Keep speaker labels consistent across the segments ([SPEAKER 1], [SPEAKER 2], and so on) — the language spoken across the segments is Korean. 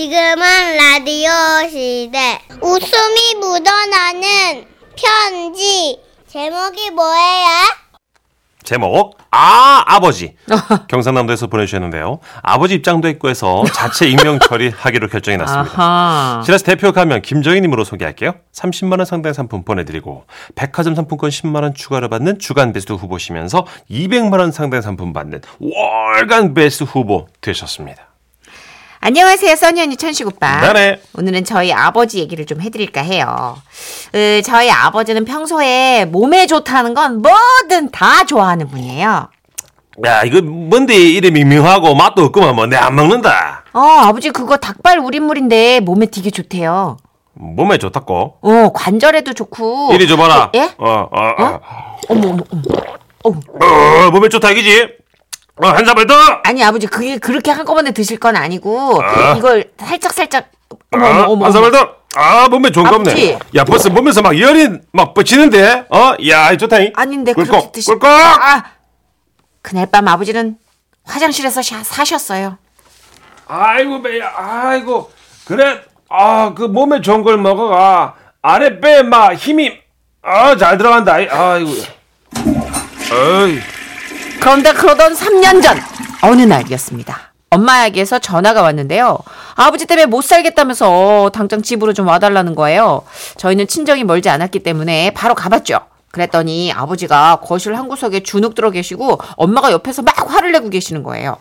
[SPEAKER 1] 지금은 라디오 시대. 웃음이 묻어나는 편지. 제목이 뭐예요?
[SPEAKER 2] 제목 아 아버지 경상남도에서 보내주셨는데요. 아버지 입장도 했고 해서 자체 익명 처리하기로 결정이 났습니다.
[SPEAKER 3] 아하.
[SPEAKER 2] 지라스 대표 가면 김정희님으로 소개할게요. 30만 원 상당 상품 보내드리고 백화점 상품권 10만 원 추가로 받는 주간 베스트 후보시면서 200만 원 상당 상품 받는 월간 베스트 후보 되셨습니다.
[SPEAKER 3] 안녕하세요, 써니 언니 천식 오빠.
[SPEAKER 2] 네네.
[SPEAKER 3] 오늘은 저희 아버지 얘기를 좀 해드릴까 해요. 으, 저희 아버지는 평소에 몸에 좋다는 건 뭐든 다 좋아하는 분이에요.
[SPEAKER 2] 야 이거 뭔데 이래 밍밍하고 맛도 없구만 뭐 내 안 먹는다.
[SPEAKER 3] 어, 아버지 그거 닭발 우린물인데 몸에 되게 좋대요.
[SPEAKER 2] 몸에 좋다고.
[SPEAKER 3] 어, 관절에도 좋고.
[SPEAKER 2] 이리 줘봐라.
[SPEAKER 3] 예?
[SPEAKER 2] 어, 어, 어.
[SPEAKER 3] 어머, 어머, 어머.
[SPEAKER 2] 어, 몸에 좋다 이기지. 어, 한 사발 더.
[SPEAKER 3] 아니, 아버지 그게 그렇게 한꺼번에 드실 건 아니고 이걸 살짝살짝. 어머, 어머, 어머.
[SPEAKER 2] 어? 한사발 더. 아 몸에 좋은 거 없네.
[SPEAKER 3] 아프지?
[SPEAKER 2] 야 벌써 몸에서 막 열이 막 뻗치는데. 어, 야 좋다. 잉
[SPEAKER 3] 아닌데 그렇게
[SPEAKER 2] 꿀꺽
[SPEAKER 3] 드시.
[SPEAKER 2] 꿀꺽.
[SPEAKER 3] 아, 그날 밤 아버지는 화장실에서 샤- 사셨어요.
[SPEAKER 2] 아이고 배야. 아이고 그래. 아 그 몸에 좋은 걸 먹어가. 아래 배막 힘이 아잘 들어간다. 아이, 아이고. 어이.
[SPEAKER 3] 그런데 그러던 3년 전 어느 날이었습니다. 엄마에게서 전화가 왔는데요. 아버지 때문에 못 살겠다면서 당장 집으로 좀 와달라는 거예요. 저희는 친정이 멀지 않았기 때문에 바로 가봤죠. 그랬더니 아버지가 거실 한 구석에 주눅 들어 계시고 엄마가 옆에서 막 화를 내고 계시는 거예요.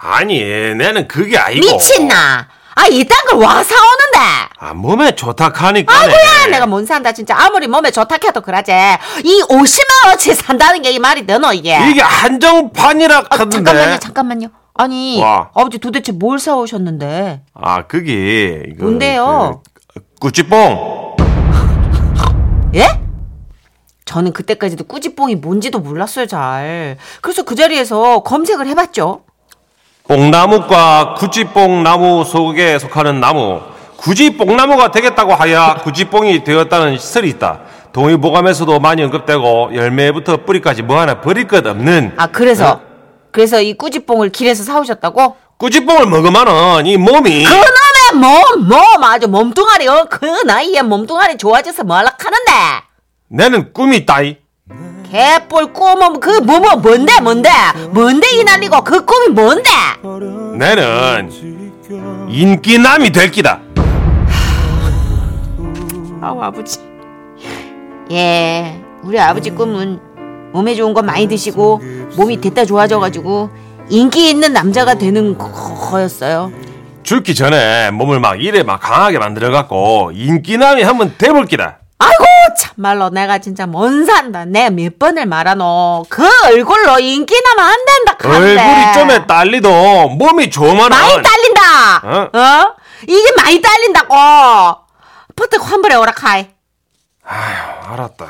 [SPEAKER 2] 아니 나는 그게 아니고.
[SPEAKER 3] 미친나! 아 이딴 걸 와 사오는데!
[SPEAKER 2] 아 몸에 좋다 하니까.
[SPEAKER 3] 아이고야 내가 못 산다 진짜 아무리 몸에 좋다 해도 그러지 이 50만원어치 산다는 게 이 말이 되노 이게
[SPEAKER 2] 이게 한정판이라
[SPEAKER 3] 아,
[SPEAKER 2] 하던데.
[SPEAKER 3] 잠깐만요, 잠깐만요. 아니,
[SPEAKER 2] 네. 와.
[SPEAKER 3] 아버지 도대체 뭘 사오셨는데?
[SPEAKER 2] 아, 그게 이거
[SPEAKER 3] 뭔데요?
[SPEAKER 2] 그, 꾸찌뽕.
[SPEAKER 3] 예? 저는 그때까지도 꾸지뽕이 뭔지도 몰랐어요, 잘. 그래서 그 자리에서 검색을 해봤죠.
[SPEAKER 2] 뽕나무과 구찌뽕 나무 속에 속하는 나무. 굳이 뽕나무가 되겠다고 하야 구찌뽕이 되었다는 시설이 있다. 동의보감에서도 많이 언급되고 열매부터 뿌리까지 뭐 하나 버릴 것 없는
[SPEAKER 3] 아,
[SPEAKER 2] 네.
[SPEAKER 3] 그래서. 그래서 이 꾸지뽕을 길에서 사오셨다고?
[SPEAKER 2] 꾸지뽕을 먹으면은 이 몸이
[SPEAKER 3] 그놈의 몸, 몸, 아주 몸뚱아리, 어, 그 나이에 몸뚱아리 좋아져서 말락하는데!
[SPEAKER 2] 내는 꿈이 따이
[SPEAKER 3] 개뿔 꿈은 그 몸은 뭔데, 뭔데? 뭔데 이 난리고 그 꿈이 뭔데?
[SPEAKER 2] 내는 인기남이 될 기다
[SPEAKER 3] 아우 아버지. 예, 우리
[SPEAKER 2] 음.
[SPEAKER 3] 아버지 꿈은 몸에 좋은 거 많이 드시고 몸이 됐다 좋아져가지고
[SPEAKER 2] 음.
[SPEAKER 3] 인기 있는 남자가 되는 거였어요.
[SPEAKER 2] 죽기 전에 몸을 막 이래 막 강하게 만들어갖고 인기남이 한번 돼볼 기다
[SPEAKER 3] 아이고 참말로 내가 진짜 못 산다. 내가 몇 번을 말하노. 그 얼굴로 인기 나면 안 된다. 칸데.
[SPEAKER 2] 얼굴이 좀에 딸리도 몸이 좋으면
[SPEAKER 3] 많이 딸린다.
[SPEAKER 2] 어?
[SPEAKER 3] 어? 이게 많이 딸린다고. 퍼뜩 환불해 오라카이.
[SPEAKER 2] 알았다.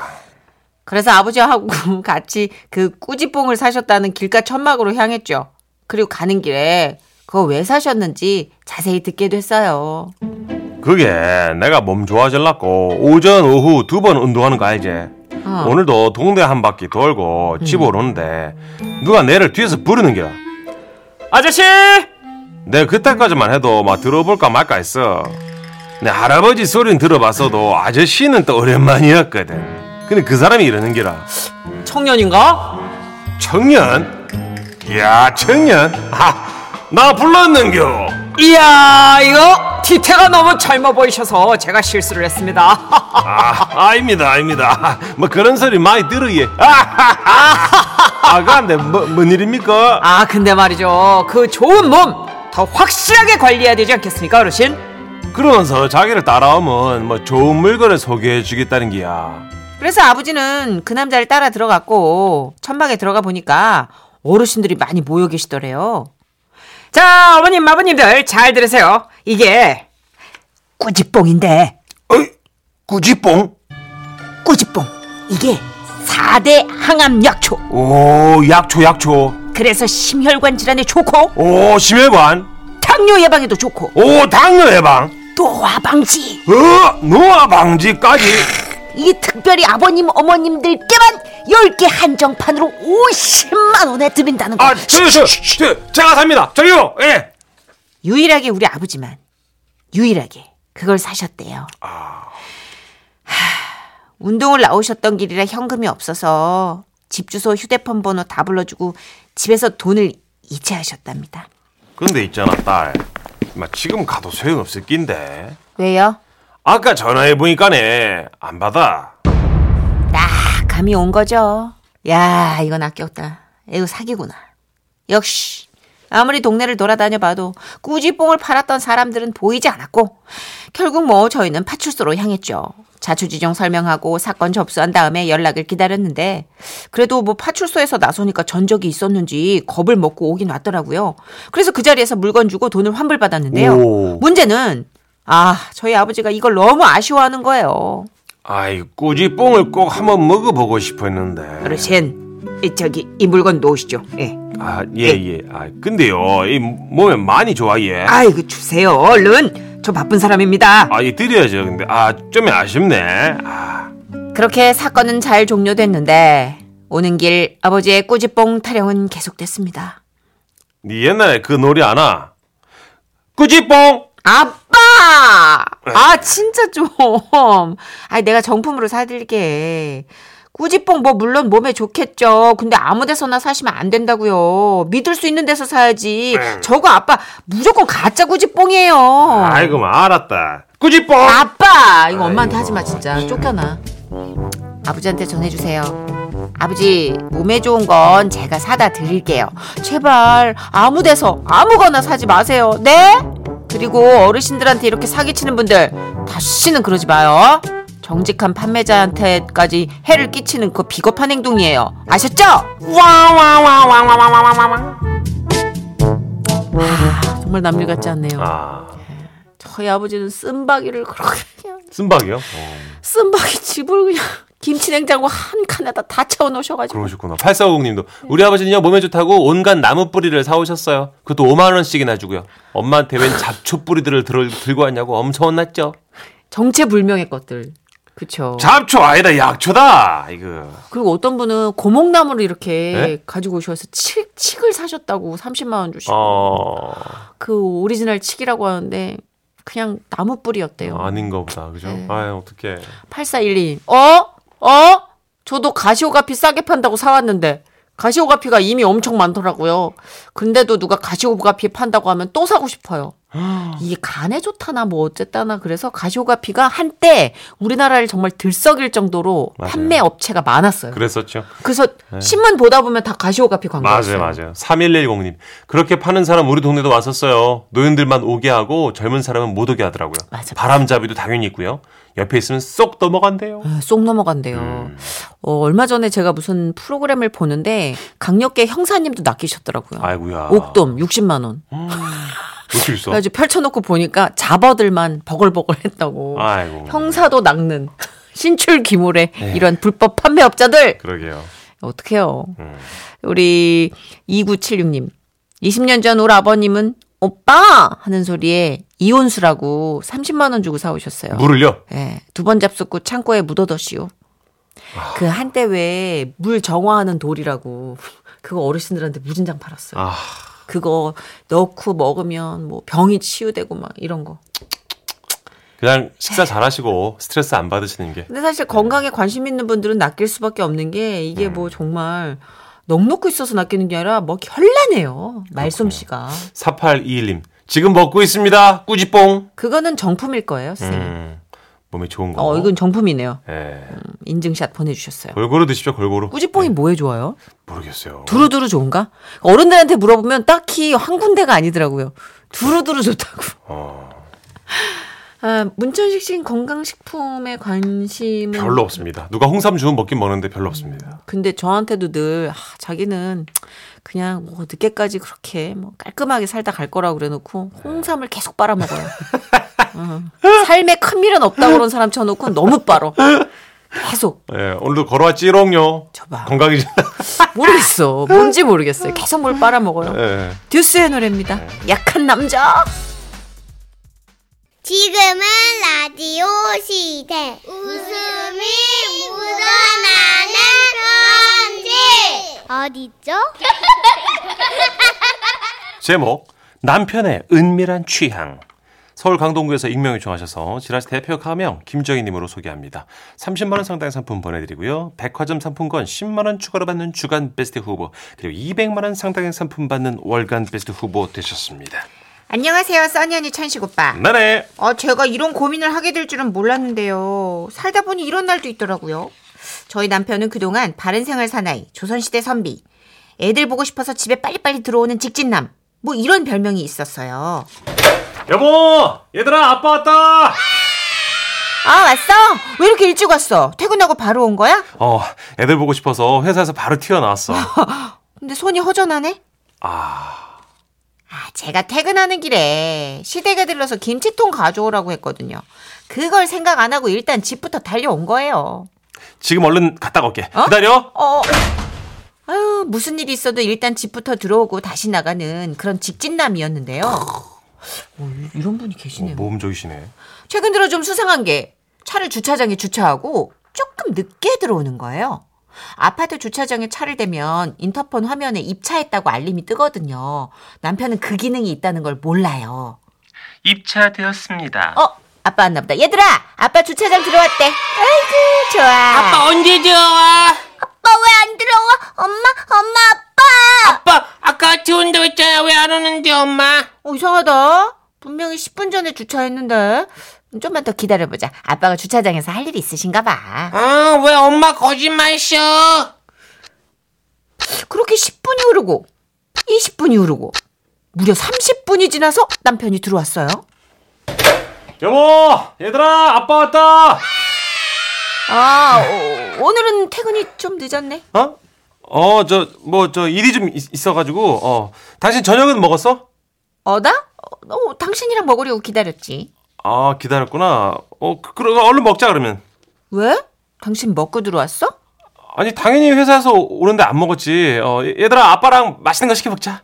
[SPEAKER 3] 그래서 아버지하고 같이 그 꾸지뽕을 사셨다는 길가 천막으로 향했죠. 그리고 가는 길에 그거 왜 사셨는지 자세히 듣게 됐어요.
[SPEAKER 2] 그게 내가 몸 좋아질라고 오전 오후 두 번 운동하는 거 알지?
[SPEAKER 3] 어.
[SPEAKER 2] 오늘도 동네 한 바퀴 돌고 집 오는데 누가 내를 뒤에서 부르는 겨.
[SPEAKER 4] 아저씨!
[SPEAKER 2] 내 그때까지만 해도 막 들어볼까 말까 했어. 내 할아버지 소린 들어봤어도 아저씨는 또 오랜만이었거든. 근데 그 사람이 이러는 기라.
[SPEAKER 3] 청년인가?
[SPEAKER 2] 청년? 야 청년? 아, 나 불렀는겨.
[SPEAKER 4] 이야, 이거 뒤태가 너무 젊어 보이셔서 제가 실수를 했습니다.
[SPEAKER 2] 아, 아닙니다, 아닙니다. 뭐 그런 소리 많이 들으예. 아가, 근데 뭐, 뭔 일입니까?
[SPEAKER 4] 아, 근데 말이죠. 그 좋은 몸 더 확실하게 관리해야 되지 않겠습니까, 어르신?
[SPEAKER 2] 그러면서 자기를 따라오면 뭐 좋은 물건을 소개해 주겠다는 기야.
[SPEAKER 3] 그래서 아버지는 그 남자를 따라 들어갔고 천막에 들어가 보니까 어르신들이 많이 모여 계시더래요.
[SPEAKER 4] 자, 어머님, 아버님들 잘 들으세요. 이게 꾸지뽕인데
[SPEAKER 2] 어이, 꾸지뽕?
[SPEAKER 4] 꾸지뽕. 이게 4대 항암 약초.
[SPEAKER 2] 오, 약초, 약초.
[SPEAKER 4] 그래서 심혈관 질환에 좋고
[SPEAKER 2] 오, 심혈관.
[SPEAKER 4] 당뇨 예방에도 좋고
[SPEAKER 2] 오, 당뇨 예방.
[SPEAKER 4] 노화 방지.
[SPEAKER 2] 어, 노화 방지까지.
[SPEAKER 4] 이 특별히 아버님 어머님들께만 10개 한정판으로 50만 원에
[SPEAKER 2] 네.
[SPEAKER 4] 드린다는 거.
[SPEAKER 2] 아, 저요, 저, 저, 제가 삽니다. 저요, 예.
[SPEAKER 3] 유일하게 우리 아버지만 유일하게 그걸 사셨대요. 하, 운동을 나오셨던 길이라 현금이 없어서 집 주소 휴대폰 번호 다 불러주고 집에서 돈을 이체하셨답니다.
[SPEAKER 2] 근데 있잖아 딸. 마 지금 가도 소용없을 낀데.
[SPEAKER 3] 왜요?
[SPEAKER 2] 아까 전화해 보니까네 안 받아.
[SPEAKER 3] 딱 감이 온 거죠. 야, 이건 아꼈다. 이거 사기구나. 역시 아무리 동네를 돌아다녀 봐도 꾸지뽕을 팔았던 사람들은 보이지 않았고 결국 뭐 저희는 파출소로 향했죠. 자초지종 설명하고 사건 접수한 다음에 연락을 기다렸는데 그래도 뭐 파출소에서 나서니까 전적이 있었는지 겁을 먹고 오긴 왔더라고요. 그래서 그 자리에서 물건 주고 돈을 환불받았는데요.
[SPEAKER 2] 오.
[SPEAKER 3] 문제는 아, 저희 아버지가 이걸 너무 아쉬워하는 거예요.
[SPEAKER 2] 아이 꾸지뽕을 꼭 한번 먹어보고 싶었는데.
[SPEAKER 3] 어르신, 이, 저기 이 물건 놓으시죠. 예.
[SPEAKER 2] 아 예예. 아 근데요 이 몸에 많이 좋아 예.
[SPEAKER 3] 아이고 주세요, 얼른. 저 바쁜 사람입니다.
[SPEAKER 2] 아이 드려야죠 근데 아좀 아쉽네. 아
[SPEAKER 3] 그렇게 사건은 잘 종료됐는데 오는 길 아버지의 꾸지뽕 타령은 계속됐습니다.
[SPEAKER 2] 니 옛날에 그 놀이 안 와? 꾸지뽕.
[SPEAKER 3] 아빠! 아 진짜 좀. 아 내가 정품으로 사드릴게. 꾸지뽕 뭐 물론 몸에 좋겠죠. 근데 아무데서나 사시면 안 된다고요. 믿을 수 있는 데서 사야지. 저거 아빠 무조건 가짜 꾸지뽕이에요.
[SPEAKER 2] 아이고 뭐 알았다. 꾸지뽕.
[SPEAKER 3] 아빠 이거 엄마한테 하지 마 진짜 쫓겨나 아버지한테 전해주세요 아버지 몸에 좋은 건 제가 사다 드릴게요 제발 아무 데서 아무거나 사지 마세요 네 그리고 어르신들한테 이렇게 사기치는 분들 다시는 그러지 마요 정직한 판매자한테까지 해를 끼치는 그 비겁한 행동이에요 아셨죠 아, 정말 남일 같지 않네요
[SPEAKER 2] 아
[SPEAKER 3] 저희 아버지는 쓴바귀를 그렇게
[SPEAKER 2] 쓴박이요? 어,
[SPEAKER 3] 쓴박이 집을 그냥 김치 냉장고 한 칸에다 다 채워 놓으셔가지고
[SPEAKER 2] 그러셨구나. 8450님도 우리 아버지는요 몸에 좋다고 온갖 나무 뿌리를 사오셨어요. 그것도 5만 원씩이나 주고요. 엄마한테 웬 잡초 뿌리들을 들어, 들고 왔냐고 엄청 혼났죠.
[SPEAKER 3] 정체불명의 것들
[SPEAKER 2] 어.
[SPEAKER 3] 그쵸
[SPEAKER 2] 잡초 아니다 약초다 이거.
[SPEAKER 3] 그리고 어떤 분은 고목나무를 이렇게
[SPEAKER 2] 네?
[SPEAKER 3] 가지고 오셔서 칡, 칡을 사셨다고 30만 원 주시고
[SPEAKER 2] 어
[SPEAKER 3] 그 오리지널 칡이라고 하는데 그냥 나무 뿌리였대요
[SPEAKER 2] 아닌가 보다 그죠?
[SPEAKER 3] 네.
[SPEAKER 2] 아유 어떡해.
[SPEAKER 3] 8412 어? 어? 저도 가시오가피 싸게 판다고 사왔는데 가시오가피가 이미 엄청 많더라고요 근데도 누가 가시오가피 판다고 하면 또 사고 싶어요
[SPEAKER 2] 아.
[SPEAKER 3] 이게 간에 좋다나 뭐 어쨌다나 그래서 가시오가피가 한때 우리나라를 정말 들썩일 정도로
[SPEAKER 2] 맞아요.
[SPEAKER 3] 판매 업체가 많았어요.
[SPEAKER 2] 그랬었죠.
[SPEAKER 3] 그래서 신문 보다 보면 다 가시오가피 광고였어요.
[SPEAKER 2] 네. 맞아요, 맞아요. 3110님. 그렇게 파는 사람 우리 동네도 왔었어요. 노인들만 오게 하고 젊은 사람은 못 오게 하더라고요.
[SPEAKER 3] 맞아.
[SPEAKER 2] 바람잡이도 당연히 있고요. 옆에 있으면 쏙 넘어간대요.
[SPEAKER 3] 아, 쏙 넘어간대요.
[SPEAKER 2] 음.
[SPEAKER 3] 어, 얼마 전에 제가 무슨 프로그램을 보는데 강력계 형사님도 낚이셨더라고요.
[SPEAKER 2] 아이고야.
[SPEAKER 3] 옥돔 60만 원.
[SPEAKER 2] 놓칠 수 없어.
[SPEAKER 3] 그래서 펼쳐놓고 보니까 잡어들만 버글버글했다고.
[SPEAKER 2] 아이고.
[SPEAKER 3] 형사도 낚는 신출 기물의
[SPEAKER 2] 네.
[SPEAKER 3] 이런 불법 판매업자들.
[SPEAKER 2] 그러게요. 음.
[SPEAKER 3] 어떡해요. 우리 2976님. 20년 전 우리 아버님은 오빠! 하는 소리에 이혼수라고 30만원 주고 사오셨어요.
[SPEAKER 2] 물을요?
[SPEAKER 3] 예. 두 번 잡숫고 창고에 묻어뒀시오. 그 한때 왜 물 정화하는 돌이라고 그거 어르신들한테 무진장 팔았어요.
[SPEAKER 2] 아.
[SPEAKER 3] 그거 넣고 먹으면 뭐 병이 치유되고 막 이런 거.
[SPEAKER 2] 그냥 식사 잘 하시고 스트레스 안 받으시는 게.
[SPEAKER 3] 근데 사실 건강에 관심 있는 분들은 낚일 수밖에 없는 게 이게 뭐 정말 넉넉히 있어서 낚이는 게 아니라 뭐 현란해요. 말솜씨가.
[SPEAKER 2] 4821님. 지금 먹고 있습니다. 꾸지뽕.
[SPEAKER 3] 그거는 정품일 거예요, 선생님.
[SPEAKER 2] 음. 몸에 좋은 거.
[SPEAKER 3] 어, 이건 정품이네요.
[SPEAKER 2] 예.
[SPEAKER 3] 음, 인증샷 보내주셨어요.
[SPEAKER 2] 골고루 드십시오, 골고루. 예,
[SPEAKER 3] 꾸지뽕이 뭐에 좋아요?
[SPEAKER 2] 모르겠어요.
[SPEAKER 3] 두루두루 좋은가? 어른들한테 물어보면 딱히 한 군데가 아니더라고요. 두루두루 좋다고.
[SPEAKER 2] 어,
[SPEAKER 3] 아, 문천식 씨는 건강식품에 관심은
[SPEAKER 2] 별로 없습니다. 누가 홍삼 주면 먹긴 먹는데 별로 없습니다.
[SPEAKER 3] 근데 저한테도 늘 아, 자기는 그냥 뭐 늦게까지 그렇게 뭐 깔끔하게 살다 갈 거라고 그래놓고 홍삼을 계속 빨아먹어요. 응. 삶에 큰 미련 없다고 그런 사람 쳐놓고 너무 빨어. 계속
[SPEAKER 2] 예, 오늘도 걸어왔지롱요.
[SPEAKER 3] 저봐
[SPEAKER 2] 건강이잖아.
[SPEAKER 3] 모르겠어 뭔지 모르겠어요. 계속 뭘 빨아먹어요.
[SPEAKER 2] 예.
[SPEAKER 3] 듀스의 노래입니다. 약한 남자.
[SPEAKER 1] 지금은 라디오 시대. 웃음이 묻어나는 편지. 어딨죠?
[SPEAKER 2] 제목 남편의 은밀한 취향 서울 강동구에서 익명 요청하셔서 지라시 대표 가명 김정희님으로 소개합니다. 30만 원 상당의 상품 보내드리고요. 백화점 상품권 10만 원 추가로 받는 주간 베스트 후보 그리고 200만 원 상당의 상품 받는 월간 베스트 후보 되셨습니다.
[SPEAKER 3] 안녕하세요, 써니언니 천식 오빠.
[SPEAKER 2] 나네
[SPEAKER 3] 어, 제가 이런 고민을 하게 될 줄은 몰랐는데요. 살다 보니 이런 날도 있더라고요. 저희 남편은 그동안 바른 생활 사나이, 조선시대 선비, 애들 보고 싶어서 집에 빨리빨리 들어오는 직진남, 뭐 이런 별명이 있었어요.
[SPEAKER 2] 여보 얘들아 아빠 왔다.
[SPEAKER 3] 아, 왔어? 왜 이렇게 일찍 왔어? 퇴근하고 바로 온 거야?
[SPEAKER 2] 어 애들 보고 싶어서 회사에서 바로 튀어나왔어.
[SPEAKER 3] 근데 손이 허전하네?
[SPEAKER 2] 아
[SPEAKER 3] 아, 제가 퇴근하는 길에 시댁에 들러서 김치통 가져오라고 했거든요. 그걸 생각 안 하고 일단 집부터 달려온 거예요.
[SPEAKER 2] 지금 얼른 갔다 올게. 기다려.
[SPEAKER 3] 어. 아유, 무슨 일이 있어도 일단 집부터 들어오고 다시 나가는 그런 직진남이었는데요. 어, 이- 이런 분이 계시네요.
[SPEAKER 2] 모험적이시네.
[SPEAKER 3] 최근 들어 좀 수상한 게 차를 주차장에 주차하고 조금 늦게 들어오는 거예요. 아파트 주차장에 차를 대면 인터폰 화면에 입차했다고 알림이 뜨거든요. 남편은 그 기능이 있다는 걸 몰라요.
[SPEAKER 5] 입차되었습니다.
[SPEAKER 3] 어, 아빠 왔나 보다. 얘들아, 아빠 주차장 들어왔대. 아이고, 좋아. 아빠
[SPEAKER 5] 언제 들어와?
[SPEAKER 1] 아빠 왜 안 들어와? 엄마, 엄마, 아빠!
[SPEAKER 5] 아빠 아까 같이 온다고 했잖아. 왜 안 오는데 엄마?
[SPEAKER 3] 어, 이상하다. 분명히 10분 전에 주차했는데. 좀만 더 기다려보자. 아빠가 주차장에서 할 일이 있으신가 봐.
[SPEAKER 5] 아, 왜 엄마 거짓말 셔?
[SPEAKER 3] 그렇게 10분이 흐르고, 20분이 흐르고, 무려 30분이 지나서 남편이 들어왔어요.
[SPEAKER 2] 여보 얘들아 아빠 왔다.
[SPEAKER 3] 아, 오, 오늘은 퇴근이 좀 늦었네.
[SPEAKER 2] 어? 어, 저, 뭐, 저, 일이 좀 있, 있어가지고, 어. 당신 저녁은 먹었어?
[SPEAKER 3] 어, 나? 어, 어, 당신이랑 먹으려고 기다렸지.
[SPEAKER 2] 아, 기다렸구나. 어, 그, 그럼 얼른 먹자, 그러면.
[SPEAKER 3] 왜? 당신 먹고 들어왔어?
[SPEAKER 2] 아니, 당연히 회사에서 오는데 안 먹었지. 어, 얘- 얘들아, 아빠랑 맛있는 거 시켜 먹자.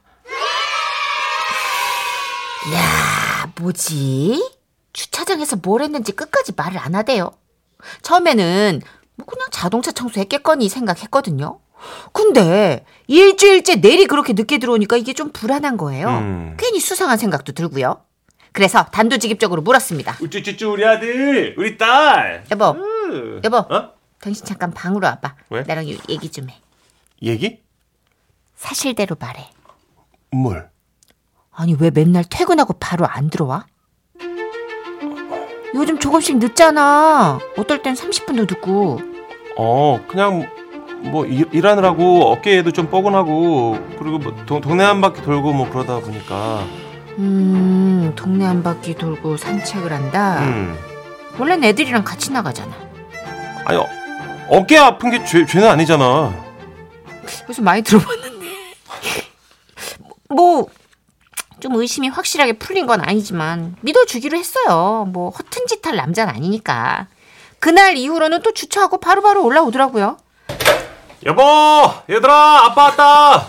[SPEAKER 3] 아, 뭐지? 주차장에서 뭘 했는지 끝까지 말을 안 하대요. 처음에는 뭐 그냥 자동차 청소했겠거니 생각했거든요. 근데 일주일째 내리 그렇게 늦게 들어오니까 이게 좀 불안한 거예요.
[SPEAKER 2] 음.
[SPEAKER 3] 괜히 수상한 생각도 들고요. 그래서 단도직입적으로 물었습니다.
[SPEAKER 2] 우쭈쭈쭈, 우리 아들, 우리 딸.
[SPEAKER 3] 여보,
[SPEAKER 2] 으.
[SPEAKER 3] 여보.
[SPEAKER 2] 음. 어?
[SPEAKER 3] 당신 잠깐 방으로 와봐.
[SPEAKER 2] 왜?
[SPEAKER 3] 나랑 요- 얘기 좀 해.
[SPEAKER 2] 얘기?
[SPEAKER 3] 사실대로 말해.
[SPEAKER 2] 뭘?
[SPEAKER 3] 아니 왜 맨날 퇴근하고 바로 안 들어와? 요즘 조금씩 늦잖아. 어떨 땐 30분도 늦고.
[SPEAKER 2] 어, 그냥, 뭐, 일, 일하느라고 어깨에도 좀 뻐근하고, 그리고 뭐, 동, 동네 한 바퀴 돌고 뭐 그러다 보니까.
[SPEAKER 3] 음, 동네 한 바퀴 돌고 산책을 한다.
[SPEAKER 2] 음.
[SPEAKER 3] 원래는 애들이랑 같이 나가잖아.
[SPEAKER 2] 아니, 어, 어깨 아픈 게 죄, 죄는 아니잖아.
[SPEAKER 3] 그래서 많이 들어봤는데. 뭐, 좀 의심이 확실하게 풀린 건 아니지만, 믿어주기로 했어요. 뭐, 허튼 짓 할 남자는 아니니까. 그날 이후로는 또 주차하고 바로바로 올라오더라고요.
[SPEAKER 2] 여보 얘들아 아빠 왔다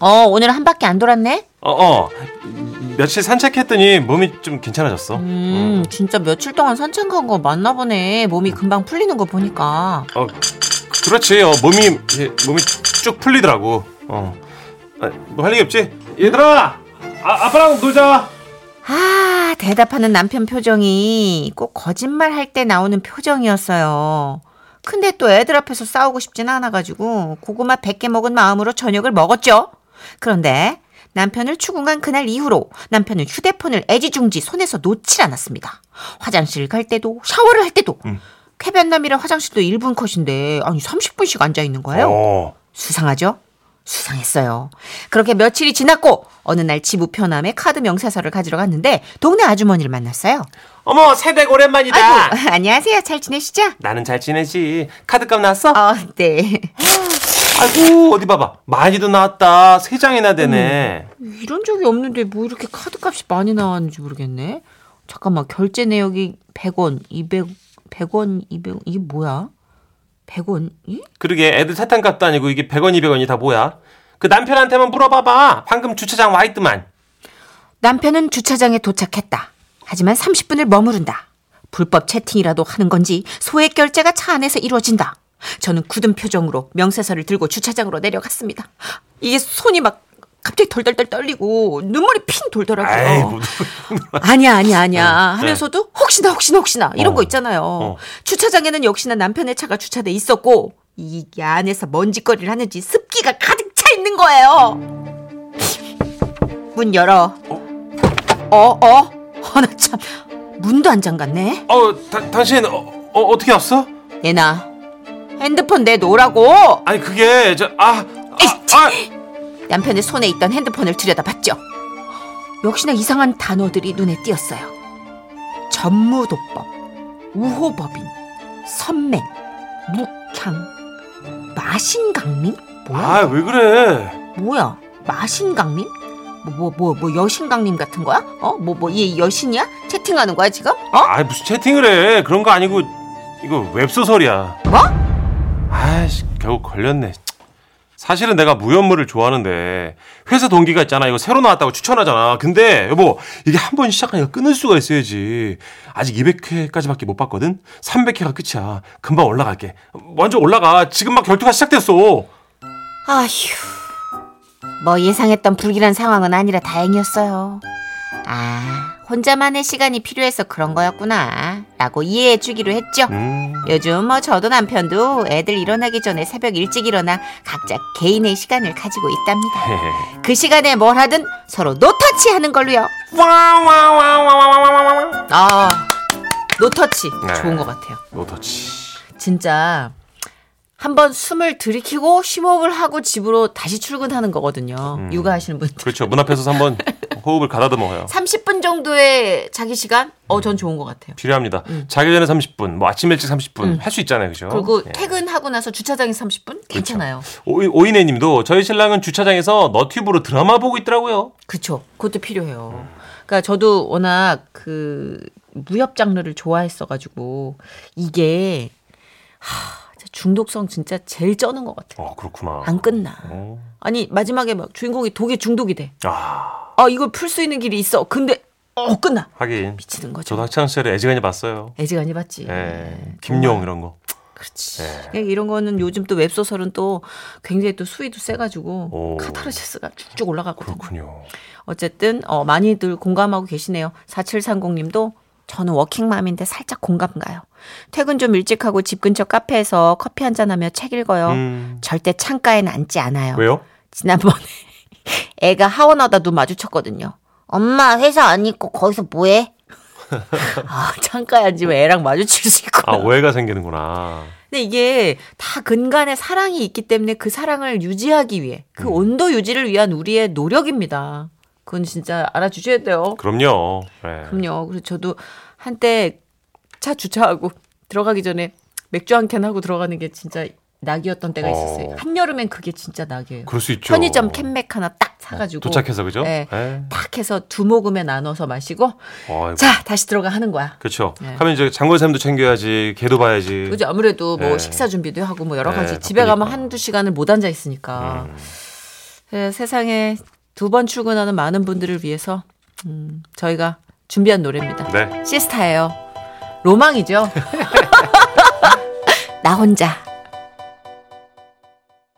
[SPEAKER 3] 어, 오늘 한 바퀴 안 돌았네?
[SPEAKER 2] 어어 며칠 산책했더니 몸이 좀 괜찮아졌어
[SPEAKER 3] 음, 진짜 며칠 동안 산책한 거 맞나 보네. 몸이 금방 풀리는 거 보니까.
[SPEAKER 2] 어 그렇지 어, 몸이 이제 몸이 쭉 풀리더라고 어. 아, 어뭐 할 얘기 없지 얘들아 아, 아빠랑 놀자
[SPEAKER 3] 아, 대답하는 남편 표정이 꼭 거짓말 할 때 나오는 표정이었어요. 근데 또 애들 앞에서 싸우고 싶진 않아가지고 고구마 100개 먹은 마음으로 저녁을 먹었죠. 그런데 남편을 추궁한 그날 이후로 남편은 휴대폰을 애지중지 손에서 놓질 않았습니다. 화장실 갈 때도 샤워를 할 때도 음. 쾌변남이라 화장실도 1분 컷인데 아니 30분씩 앉아있는 거예요.
[SPEAKER 2] 어
[SPEAKER 3] 수상하죠? 수상했어요. 그렇게 며칠이 지났고 어느 날 집 우편함에 카드 명세서를 가지러 갔는데 동네 아주머니를 만났어요.
[SPEAKER 2] 어머 새댁 오랜만이다
[SPEAKER 3] 아이고, 안녕하세요. 잘 지내시죠?
[SPEAKER 2] 나는 잘 지내지 카드값 나왔어
[SPEAKER 3] 어, 네.
[SPEAKER 2] 아이고 어디 봐봐 많이도 나왔다 세 장이나 되네
[SPEAKER 3] 이런 적이 없는데 뭐 이렇게 카드값이 많이 나왔는지 모르겠네. 잠깐만 결제 내역이 100원, 200, 100원, 200, 이게 뭐야? 100원? 이?
[SPEAKER 2] 그러게 애들 사탕값도 아니고 이게 100원 200원이 다 뭐야 그 남편한테만 물어봐봐 방금 주차장 와있더만
[SPEAKER 3] 남편은 주차장에 도착했다. 하지만 30분을 머무른다. 불법 채팅이라도 하는 건지 소액 결제가 차 안에서 이루어진다. 저는 굳은 표정으로 명세서를 들고 주차장으로 내려갔습니다. 이게 손이 막 갑자기 덜덜덜 떨리고 눈물이 핑
[SPEAKER 2] 아이,
[SPEAKER 3] 돌더라고요.
[SPEAKER 2] 뭐,
[SPEAKER 3] 아니야 아니야 아니야
[SPEAKER 2] 네.
[SPEAKER 3] 하면서도 혹시나 혹시나 혹시나 이런
[SPEAKER 2] 어.
[SPEAKER 3] 거 있잖아요.
[SPEAKER 2] 어.
[SPEAKER 3] 주차장에는 역시나 남편의 차가 주차돼 있었고 이 안에서 먼지거리를 하는지 습기가 가득 차 있는 거예요. 문 열어. 어 어? 어나 참 문도 안 잠갔네.
[SPEAKER 2] 어, 다- 당신 어, 어, 어떻게 왔어?
[SPEAKER 3] 얘나 핸드폰 내놓으라고
[SPEAKER 2] 아니 그게 저 아, 아, 아,
[SPEAKER 3] 남편의 손에 있던 핸드폰을 들여다봤죠. 역시나 이상한 단어들이 눈에 띄었어요. 전무도법, 우호법인, 선맹, 묵향, 마신강림? 뭐야?
[SPEAKER 2] 아, 왜 그래?
[SPEAKER 3] 뭐야? 마신강림? 뭐 뭐 뭐 여신강림 같은 거야? 어? 뭐 뭐 얘 여신이야? 채팅하는 거야 지금? 어?
[SPEAKER 2] 아, 무슨 채팅을 해? 그런 거 아니고 이거 웹소설이야.
[SPEAKER 3] 뭐?
[SPEAKER 2] 아이씨, 결국 걸렸네. 사실은 내가 무연물을 좋아하는데 회사 동기가 있잖아. 이거 새로 나왔다고 추천하잖아. 근데 여보, 이게 한 번 시작하니까 끊을 수가 있어야지. 아직 200회까지밖에 못 봤거든. 300회가 끝이야. 금방 올라갈게. 먼저 올라가. 지금 막 결투가 시작됐어.
[SPEAKER 3] 아휴. 뭐 예상했던 불길한 상황은 아니라 다행이었어요. 아, 혼자만의 시간이 필요해서 그런 거였구나. 라고 이해해 주기로 했죠.
[SPEAKER 2] 음.
[SPEAKER 3] 요즘 뭐 저도 남편도 애들 일어나기 전에 새벽 일찍 일어나 각자 개인의 시간을 가지고 있답니다. 그 시간에 뭘 하든 서로 노터치 하는 걸로요. 아, 노터치.
[SPEAKER 2] 네.
[SPEAKER 3] 좋은 것 같아요.
[SPEAKER 2] 노터치.
[SPEAKER 3] 진짜 한번 숨을 들이키고 심호흡을 하고 집으로 다시 출근하는 거거든요. 육아하시는 분들.
[SPEAKER 2] 그렇죠. 문 앞에서 한번 호흡을 가다듬어요.
[SPEAKER 3] 30분 정도의 자기 시간? 어, 전 좋은 것 같아요.
[SPEAKER 2] 필요합니다. 자기 전에 30분, 뭐 아침 일찍 30분 할 수 있잖아요. 그죠?
[SPEAKER 3] 음.
[SPEAKER 2] 그렇죠.
[SPEAKER 3] 그리고
[SPEAKER 2] 예.
[SPEAKER 3] 퇴근하고 나서 주차장에 30분? 괜찮아요.
[SPEAKER 2] 오이- 오이네 님도 저희 신랑은 주차장에서 너튜브로 드라마 보고 있더라고요.
[SPEAKER 3] 그쵸. 그것도 필요해요. 그러니까 저도 워낙 그 무협 장르를 좋아했어가지고 이게 하, 진짜 중독성 진짜 제일 쩌는 것 같아요.
[SPEAKER 2] 어, 그렇구나.
[SPEAKER 3] 안 끝나.
[SPEAKER 2] 어.
[SPEAKER 3] 아니 마지막에 막 주인공이 독에 중독이 돼.
[SPEAKER 2] 아,
[SPEAKER 3] 아 이걸 풀 수 있는 길이 있어. 근데 어 끝나.
[SPEAKER 2] 하긴.
[SPEAKER 3] 미치는 거죠.
[SPEAKER 2] 저도 학창시절에 애지간히 봤어요.
[SPEAKER 3] 애지간히 봤지. 네,
[SPEAKER 2] 예. 김용 이런 거.
[SPEAKER 3] 그렇지. 그냥 예, 이런 거는 요즘 또 웹소설은 또 굉장히 또 수위도 세가지고
[SPEAKER 2] 오.
[SPEAKER 3] 카타르시스가 쭉쭉 올라가거든요.
[SPEAKER 2] 그렇군요.
[SPEAKER 3] 어쨌든 어, 많이들 공감하고 계시네요. 4730님도 저는 워킹맘인데 살짝 공감 가요. 퇴근 좀 일찍 하고 집 근처 카페에서 커피 한 잔하며 책 읽어요.
[SPEAKER 2] 음.
[SPEAKER 3] 절대 창가엔 앉지 않아요.
[SPEAKER 2] 왜요?
[SPEAKER 3] 지난번에 애가 하원하다 눈 마주쳤거든요.
[SPEAKER 1] 엄마 회사 안 있고 거기서 뭐해?
[SPEAKER 3] 아, 창가에 앉으면 애랑 마주칠 수 있고.
[SPEAKER 2] 아, 오해가 생기는구나.
[SPEAKER 3] 근데 이게 다 근간에 사랑이 있기 때문에 그 사랑을 유지하기 위해 그
[SPEAKER 2] 음.
[SPEAKER 3] 온도 유지를 위한 우리의 노력입니다. 그건 진짜 알아주셔야 돼요.
[SPEAKER 2] 그럼요. 예.
[SPEAKER 3] 그럼요. 그래서 저도 한때 차 주차하고 들어가기 전에 맥주 한 캔 하고 들어가는 게 진짜 낙이었던 때가
[SPEAKER 2] 어.
[SPEAKER 3] 있었어요. 한여름엔 그게 진짜 낙이에요.
[SPEAKER 2] 그럴 수 있죠.
[SPEAKER 3] 편의점 캔맥 하나 딱 사가지고
[SPEAKER 2] 도착해서 그죠?
[SPEAKER 3] 네.
[SPEAKER 2] 예.
[SPEAKER 3] 딱 해서 두 모금에 나눠서 마시고
[SPEAKER 2] 어이구.
[SPEAKER 3] 자 다시 들어가 하는 거야.
[SPEAKER 2] 그렇죠.
[SPEAKER 3] 네.
[SPEAKER 2] 하면 이제 장골샘도 챙겨야지, 개도 봐야지.
[SPEAKER 3] 그죠 아무래도 뭐
[SPEAKER 2] 네.
[SPEAKER 3] 식사 준비도 하고 뭐 여러
[SPEAKER 2] 네,
[SPEAKER 3] 가지 집에
[SPEAKER 2] 바쁘니까. 음.
[SPEAKER 3] 가면 한두 시간을 못 앉아 있으니까 네, 세상에 두 번 출근하는 많은 분들을 위해서 음, 저희가 준비한 노래입니다.
[SPEAKER 2] 네.
[SPEAKER 3] 시스타예요. 로망이죠. 나 혼자.